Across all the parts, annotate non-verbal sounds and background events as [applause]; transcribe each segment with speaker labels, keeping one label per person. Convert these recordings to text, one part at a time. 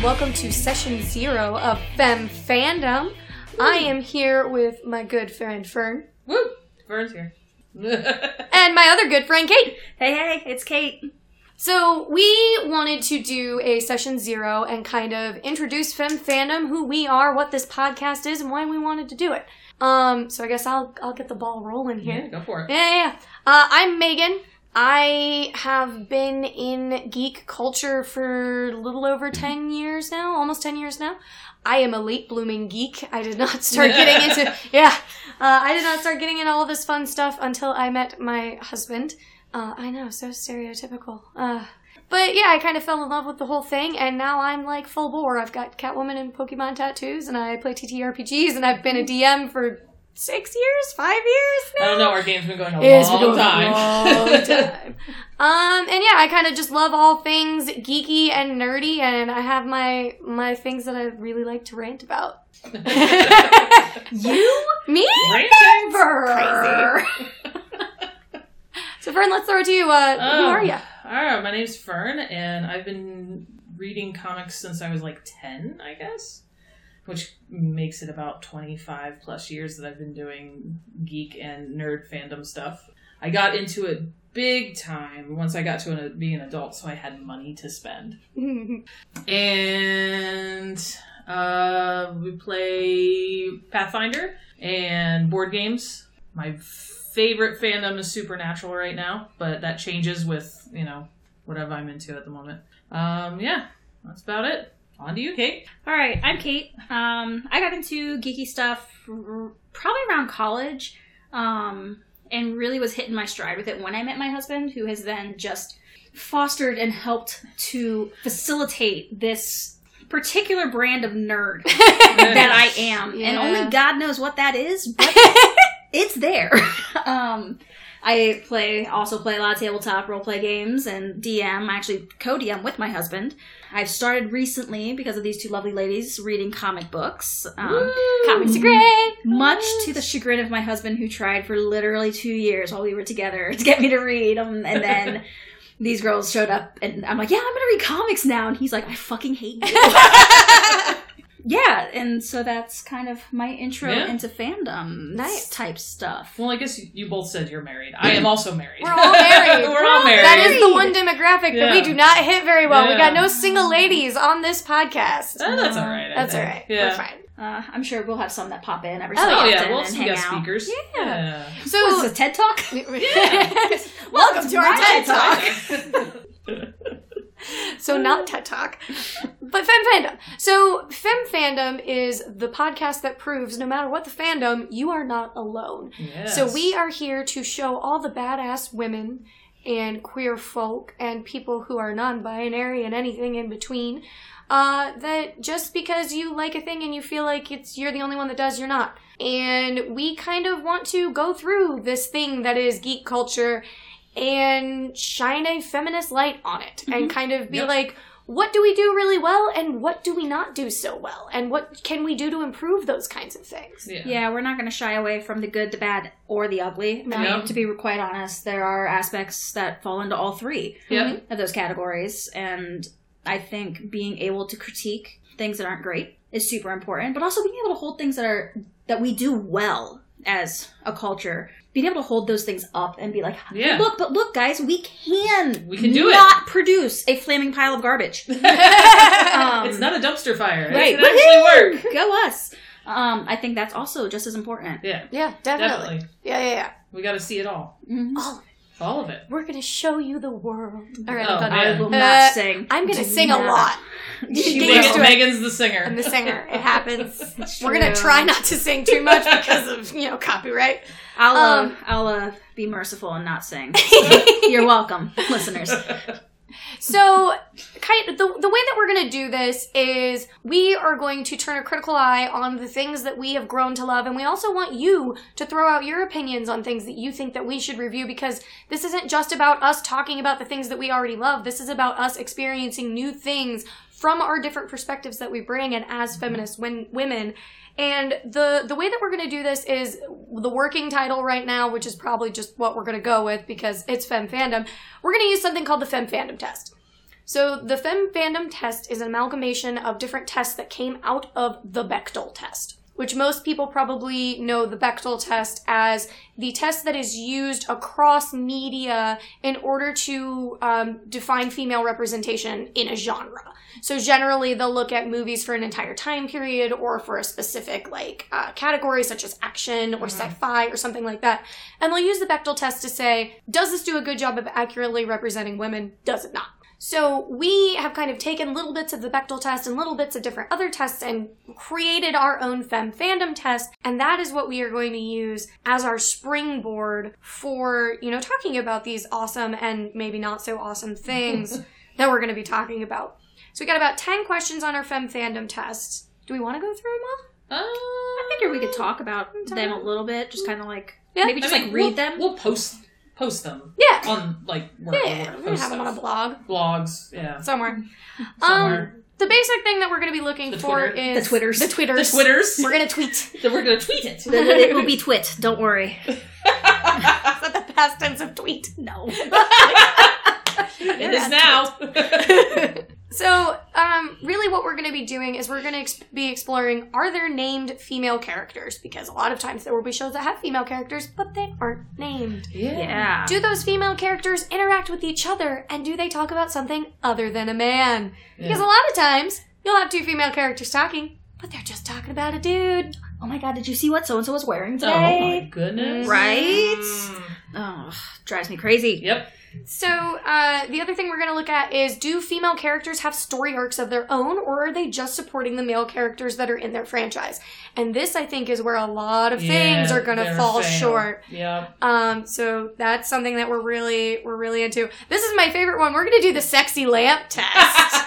Speaker 1: welcome to session zero of Fem Fandom. I am here with my good friend Fern
Speaker 2: Woo! Vern's [laughs] here. hey,
Speaker 1: and my other good friend Kate.
Speaker 2: hey, it's Kate.
Speaker 1: So we wanted to do a session zero and kind of introduce Fem Fandom, who we are, what this podcast is, and why we wanted to do it. Um, so I guess I'll I'll get the ball rolling here.
Speaker 2: Yeah, go for it.
Speaker 1: Yeah, yeah, yeah. Uh, I'm Megan. I have been in geek culture for a little over 10 years now, almost 10 years now. I am a late blooming geek. I did not start getting into, yeah, uh, I did not start getting into all this fun stuff until I met my husband. Uh, I know, so stereotypical. Uh, but yeah, I kind of fell in love with the whole thing, and now I'm like full bore. I've got Catwoman and Pokemon tattoos, and I play TTRPGs, and I've been a DM for six years, five years now.
Speaker 2: I don't know. Our game's been going a
Speaker 1: It's
Speaker 2: long
Speaker 1: been going
Speaker 2: time.
Speaker 1: a
Speaker 2: [laughs]
Speaker 1: long time. um, and yeah, I kind of just love all things geeky and nerdy, and I have my my things that I really like to rant
Speaker 2: [laughs]
Speaker 1: about. you, me,
Speaker 2: Ranting?
Speaker 1: Fern. so Fern, let's throw it to you. Uh, [laughs] Who
Speaker 2: Oh.
Speaker 1: are
Speaker 2: [laughs]
Speaker 1: you?
Speaker 2: All right, my name's Fern, and I've been reading comics since I was like 10, I guess, which makes it about 25 plus years that I've been doing geek and nerd fandom stuff. I got into it big time once I got to an, be an adult, so I had money to spend. and uh, we play Pathfinder and board games. My favorite fandom is Supernatural right now, but that changes with you know whatever I'm into at the moment. Um, yeah, that's about it. On to you,
Speaker 1: [laughs]
Speaker 2: Kate.
Speaker 3: All right, I'm Kate. Um, I got into geeky stuff r- probably around college, um, and really was hitting my stride with it when I met my husband, who has then just fostered and helped to facilitate this particular brand of nerd that I am, and
Speaker 1: Yeah.
Speaker 3: only God knows what that is, but it's there. [laughs] um, I play also play a lot of tabletop role play games and DM. I actually co DM with my husband. I've started recently because of these two lovely ladies reading comic books. Um, comics are great, much to the chagrin of my husband, who tried for literally two years while we were together [laughs] to get me to read them,
Speaker 1: [laughs]
Speaker 3: and then. These girls showed up, and I'm like, "Yeah, I'm gonna read comics now." And he's like, "I fucking hate you."
Speaker 1: [laughs]
Speaker 3: yeah, and so that's kind of my intro
Speaker 2: Yeah.
Speaker 3: into fandom
Speaker 1: Nice.
Speaker 3: type stuff.
Speaker 2: Well, I guess you- you both said you're married. I am also married.
Speaker 1: We're all married.
Speaker 2: [laughs] We're all married.
Speaker 1: That is the one demographic that we
Speaker 2: Yeah.
Speaker 1: do not hit very well. We
Speaker 2: Yeah.
Speaker 1: got no single ladies on this podcast.
Speaker 2: Eh, that's all right. I
Speaker 1: That's all
Speaker 2: think.
Speaker 1: right.
Speaker 2: Yeah.
Speaker 1: We're fine.
Speaker 3: Uh, I'm sure we'll have some that pop in every
Speaker 1: Oh,
Speaker 3: so
Speaker 2: Oh
Speaker 3: often
Speaker 2: yeah, we'll
Speaker 3: and
Speaker 2: see
Speaker 3: hang
Speaker 2: guest
Speaker 3: out.
Speaker 2: speakers.
Speaker 1: Yeah.
Speaker 3: What is
Speaker 1: So,
Speaker 3: this, a TED Talk?
Speaker 1: [laughs] welcome to our
Speaker 3: my
Speaker 1: TED Talk. [laughs]
Speaker 2: Yeah.
Speaker 1: So not TED Talk, but Fem Fandom. So Fem Fandom is the podcast that proves no matter what the fandom, you are not alone.
Speaker 2: [laughs]
Speaker 1: So
Speaker 2: Yes.
Speaker 1: we are here to show all the badass women and queer folk and people who are non-binary and anything in between uh, that just because you like a thing and you feel like it's you're the only one that does, you're not. And we kind of want to go through this thing that is geek culture and shine a feminist light on it and kind of be
Speaker 2: Mm-hmm. Yep.
Speaker 1: like what do we do really well and what do we not do so well and what can we do to improve those kinds of things
Speaker 2: Yeah.
Speaker 3: Yeah, we're not going to shy away from the good, the bad, or the ugly. I
Speaker 2: No.
Speaker 3: mean, to be quite honest, there are aspects that fall into all three
Speaker 2: Yep.
Speaker 3: of those categories, and I think being able to critique things that aren't great is super important, but also being able to hold things that are that we do well as a culture, being able to hold those things up and be like,
Speaker 2: Yeah.
Speaker 3: look, but look, guys, we can
Speaker 2: We can do it.
Speaker 3: not produce a flaming pile of garbage. [laughs]
Speaker 1: [laughs]
Speaker 2: [laughs]
Speaker 3: Um,
Speaker 2: it's not a dumpster fire.
Speaker 3: right.
Speaker 2: It can actually work.
Speaker 3: Go us. Um, I think that's also just as important.
Speaker 2: Yeah,
Speaker 1: yeah definitely,
Speaker 2: definitely.
Speaker 1: yeah yeah yeah
Speaker 2: We got to see it all.
Speaker 3: Mhm.
Speaker 1: all of it.
Speaker 2: All of it.
Speaker 1: Oh, we're gonna show you the world all right
Speaker 2: Oh,
Speaker 1: i'm done
Speaker 2: man.
Speaker 3: I will not
Speaker 1: Uh,
Speaker 3: sing.
Speaker 1: i'm gonna
Speaker 3: Do
Speaker 1: sing a
Speaker 3: not. [laughs]
Speaker 1: lot
Speaker 3: She
Speaker 1: Get used
Speaker 3: will.
Speaker 2: Megan,
Speaker 1: to it.
Speaker 2: Megan's the singer.
Speaker 1: [laughs] i'm the singer it happens
Speaker 3: It's
Speaker 1: we're gonna
Speaker 3: true.
Speaker 1: try not to sing too much because of you know copyright
Speaker 3: I'll uh,
Speaker 1: Um,
Speaker 3: I'll uh, be merciful and not [laughs] sing. You're welcome, listeners.
Speaker 1: So, kind the, the way that we're going to do this is we are going to turn a critical eye on the things that we have grown to love, and we also want you to throw out your opinions on things that you think that we should review because this isn't just about us talking about the things that we already love. This is about us experiencing new things from our different perspectives that we bring and as feminist win- women and the the way that we're going to do this is the working title right now which is probably just what we're going to go with because it's fem fandom we're going to use something called the fem fandom test So the Fem Fandom test is an amalgamation of different tests that came out of the Bechtel test, which most people probably know the Bechtel test as the test that is used across media in order to um, define female representation in a genre. So generally, they'll look at movies for an entire time period or for a specific like uh, category, such as action or
Speaker 2: Mhm.
Speaker 1: sci-fi or something like that. And they'll use the Bechtel test to say, does this do a good job of accurately representing women? Does it not? So we have kind of taken little bits of the Bechtel test and little bits of different other tests and created our own femme fandom test, and that is what we are going to use as our springboard for, you know, talking about these awesome and maybe not so awesome
Speaker 2: [laughs]
Speaker 1: things that we're going to be talking about. So we got about 10 questions on our femme fandom test. Do we want to go through them all?
Speaker 2: [laughs] Uh, I
Speaker 3: I figure we could talk about them a little bit, just kind of like
Speaker 1: Yeah.
Speaker 3: maybe just
Speaker 2: mean,
Speaker 3: like
Speaker 2: we'll-
Speaker 3: read [laughs] them.
Speaker 2: We'll post post them
Speaker 1: Yeah.
Speaker 2: on like where,
Speaker 1: Yeah,
Speaker 2: where
Speaker 1: we're
Speaker 2: we
Speaker 1: going to have them on a blog
Speaker 2: blogs. Yeah,
Speaker 1: somewhere.
Speaker 2: Somewhere.
Speaker 1: Um, the basic thing that we're going to be looking
Speaker 2: The
Speaker 1: for
Speaker 2: Twitter.
Speaker 1: is
Speaker 3: The Twitters.
Speaker 1: The Twitters.
Speaker 2: the
Speaker 1: [laughs]
Speaker 2: Twitters.
Speaker 1: We're going to tweet.
Speaker 2: Then we're gonna tweet it.
Speaker 3: it [laughs] will be twit. Don't worry.
Speaker 1: Is that [laughs] the past tense of tweet?
Speaker 3: [laughs] No.
Speaker 2: [laughs]
Speaker 1: [laughs]
Speaker 2: it is now.
Speaker 1: So, um, really, what we're going to be doing is we're going to ex- be exploring are there named female characters? Because a lot of times there will be shows that have female characters, but they aren't named.
Speaker 3: Yeah.
Speaker 1: Do those female characters interact with each other and do they talk about something other than a man? Because a lot of times you'll have two female characters talking, but they're just talking about a dude.
Speaker 3: Oh my god, did you see what so and so was wearing
Speaker 2: Oh my
Speaker 3: today?
Speaker 2: goodness.
Speaker 3: Right?
Speaker 2: Mm.
Speaker 3: Oh, drives me crazy.
Speaker 2: Yep.
Speaker 1: So, uh, the other thing we're going to look at is do female characters have story arcs of their own, or are they just supporting the male characters that are in their franchise? And this, I think, is where a lot of things
Speaker 2: Yeah,
Speaker 1: are going to
Speaker 2: they're
Speaker 1: fall
Speaker 2: fail.
Speaker 1: short. [laughs]
Speaker 2: Yep.
Speaker 1: Um, so that's something that we're really we're really into. This is my favorite one. We're going to do the sexy
Speaker 2: [laughs]
Speaker 1: lamp test.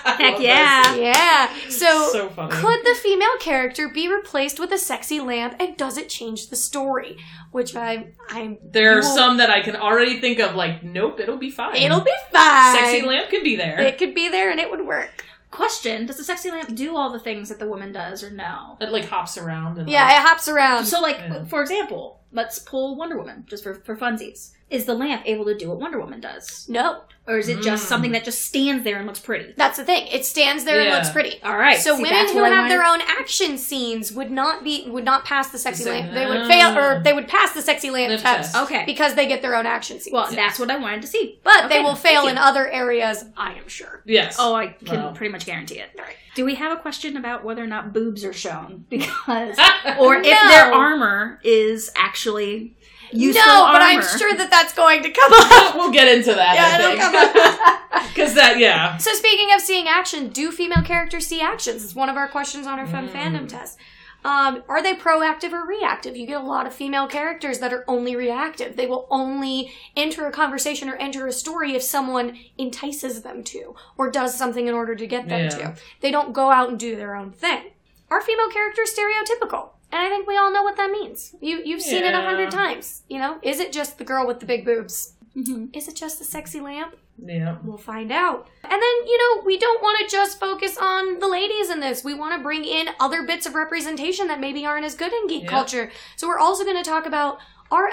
Speaker 2: Heck
Speaker 3: yeah.
Speaker 1: yeah. So.
Speaker 2: so funny.
Speaker 1: could the female character be replaced with a sexy lamp, and does it change the story? Which I, I'm,
Speaker 2: there are
Speaker 1: Well-
Speaker 2: some that I can already think of. Like, nope, it'll be fine.
Speaker 1: it'll be fine.
Speaker 2: sexy lamp can be there.
Speaker 1: It could be there, and it would work.
Speaker 3: Question Does the sexy lamp do all the things that the woman does or no?
Speaker 2: it like hops around. And,
Speaker 1: Yeah,
Speaker 2: like,
Speaker 1: it hops around.
Speaker 3: Um, So, like,
Speaker 2: Yeah.
Speaker 3: for example, let's pull Wonder Woman just for, for funsies. Is the lamp able to do what Wonder Woman does?
Speaker 1: no,
Speaker 3: Or is it just
Speaker 2: Mm.
Speaker 3: something that just stands there and looks pretty?
Speaker 1: that's the thing. It stands there and
Speaker 2: Yeah.
Speaker 1: looks pretty.
Speaker 3: All right.
Speaker 1: So
Speaker 3: see,
Speaker 1: women
Speaker 3: that's
Speaker 1: who
Speaker 3: what I
Speaker 1: have their
Speaker 3: wanted.
Speaker 1: own action scenes would not be would not pass the sexy
Speaker 2: Sexy
Speaker 1: lamp. They would
Speaker 2: lamp.
Speaker 1: fail or they would pass the sexy lamp
Speaker 2: Lamp
Speaker 1: test,
Speaker 2: Ah. test.
Speaker 3: Okay.
Speaker 1: because they get their own action scenes.
Speaker 3: Well, that's what I wanted to see.
Speaker 1: but
Speaker 3: okay,
Speaker 1: they will
Speaker 3: thank
Speaker 1: fail
Speaker 3: you.
Speaker 1: in other areas, I am sure.
Speaker 2: Yes.
Speaker 3: Oh, I can
Speaker 2: Wow.
Speaker 3: pretty much guarantee it.
Speaker 1: Right.
Speaker 3: Do we have a question about whether or not boobs are shown? [laughs] Because
Speaker 2: [laughs] or
Speaker 3: or if their
Speaker 1: Uh, No.
Speaker 3: armor is actually useful
Speaker 1: no, but I'm
Speaker 3: armor.
Speaker 1: sure that that's going to
Speaker 3: [laughs]
Speaker 1: come up.
Speaker 2: we'll get into
Speaker 1: Yeah,
Speaker 2: that.
Speaker 1: it'll
Speaker 2: [laughs]
Speaker 1: [laughs]
Speaker 2: I think. Because that, yeah.
Speaker 1: So speaking of seeing action, do female characters see actions? It's one of our questions on our femme
Speaker 2: Mm.
Speaker 1: fandom test. Um, are they proactive or reactive? You get a lot of female characters that are only reactive. They will only enter a conversation or enter a story if someone entices them to or does something in order to get them
Speaker 2: Yeah.
Speaker 1: to. They don't go out and do their own thing. Are female characters stereotypical? And I think we all know what that means. You you've seen it a hundred
Speaker 2: Yeah.
Speaker 1: times. You know, is it just the girl with the big boobs?
Speaker 3: Mhm.
Speaker 1: Is it just the sexy lamp?
Speaker 2: Yeah.
Speaker 1: We'll find out. And then, you know, we don't want to just focus on the ladies in this. We want to bring in other bits of representation that maybe aren't as good in geek
Speaker 2: Yep.
Speaker 1: culture. So we're also going to talk about our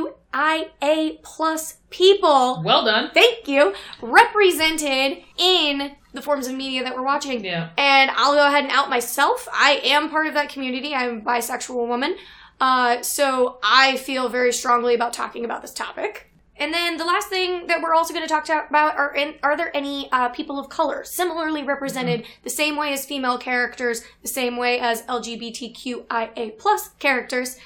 Speaker 1: LGBTQIA plus people.
Speaker 2: Well done.
Speaker 1: Thank you. Represented in the forms of media that we're watching.
Speaker 2: Yeah.
Speaker 1: And I'll go ahead and out myself. I am part of that community. I'm a bisexual woman. Uh, so I feel very strongly about talking about this topic. And then the last thing that we're also going to talk to- about are in, are there any uh, people of color similarly represented the same way as female characters, the same way as LGBTQIA plus characters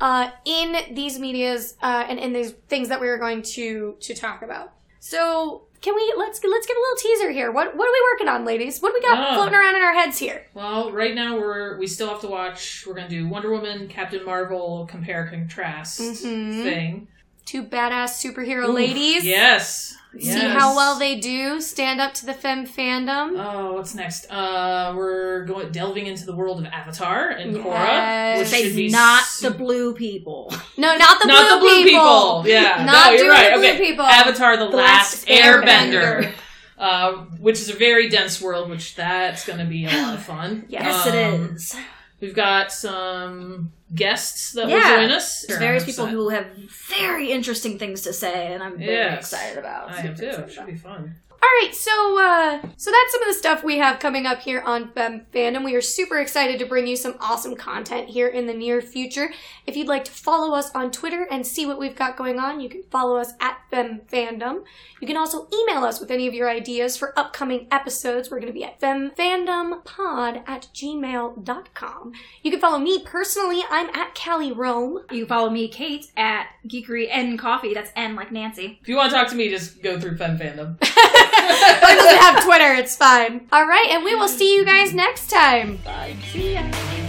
Speaker 1: uh, in these medias uh, and in these things that we are going to to talk about. So can we let's let's give a little teaser here. What what are we working on, ladies? What do we got
Speaker 2: Ah.
Speaker 1: floating around in our heads here?
Speaker 2: Well, right now we're we still have to watch. We're gonna do Wonder Woman, Captain Marvel, compare contrast
Speaker 1: Mhm.
Speaker 2: thing.
Speaker 1: Two badass superhero
Speaker 2: Ooh,
Speaker 1: ladies.
Speaker 2: Yes.
Speaker 1: See
Speaker 2: Yes.
Speaker 1: how well they do. Stand up to the femme fandom.
Speaker 2: Oh, what's next? Uh, we're going delving into the world of Avatar and
Speaker 1: Yes.
Speaker 2: Korra, which
Speaker 3: Say
Speaker 2: should be
Speaker 3: not
Speaker 2: su-
Speaker 3: the blue people. [laughs]
Speaker 1: No, not the
Speaker 2: not
Speaker 1: blue,
Speaker 2: the blue
Speaker 1: people.
Speaker 2: people. Yeah,
Speaker 1: Not
Speaker 2: no, you're
Speaker 1: doing
Speaker 2: right.
Speaker 1: the blue
Speaker 2: okay,
Speaker 1: people.
Speaker 2: Avatar: The, Last,
Speaker 1: Airbender.
Speaker 2: Airbender, Uh, which is a very dense world. Which that's going to be a lot of fun.
Speaker 3: [sighs] Yes,
Speaker 2: Um,
Speaker 3: it is.
Speaker 2: We've got some guests that
Speaker 3: Yeah.
Speaker 2: will join us. Sure,
Speaker 3: There's various
Speaker 2: I'm
Speaker 3: people
Speaker 2: excited.
Speaker 3: who have very interesting things to say, and I'm very
Speaker 2: Yes.
Speaker 3: excited about.
Speaker 2: I am too. It should be fun.
Speaker 1: All All right, so uh, so that's some of the stuff we have coming up here on Fem Fandom. We are super excited to bring you some awesome content here in the near future. If you'd like to follow us on Twitter and see what we've got going on, you can follow us at Fem Fandom. You can also email us with any of your ideas for upcoming episodes. We're going to be at femfandompod at gmail.com. You can follow me personally. I'm at Callie Rome.
Speaker 3: You can follow me, Kate, at Geekery N Coffee. That's N like Nancy.
Speaker 2: If you want to talk to me, just go through Fem Fandom.
Speaker 1: I doesn't have Twitter. It's fine. All right, and we will see you guys next time.
Speaker 2: Bye.
Speaker 3: See ya.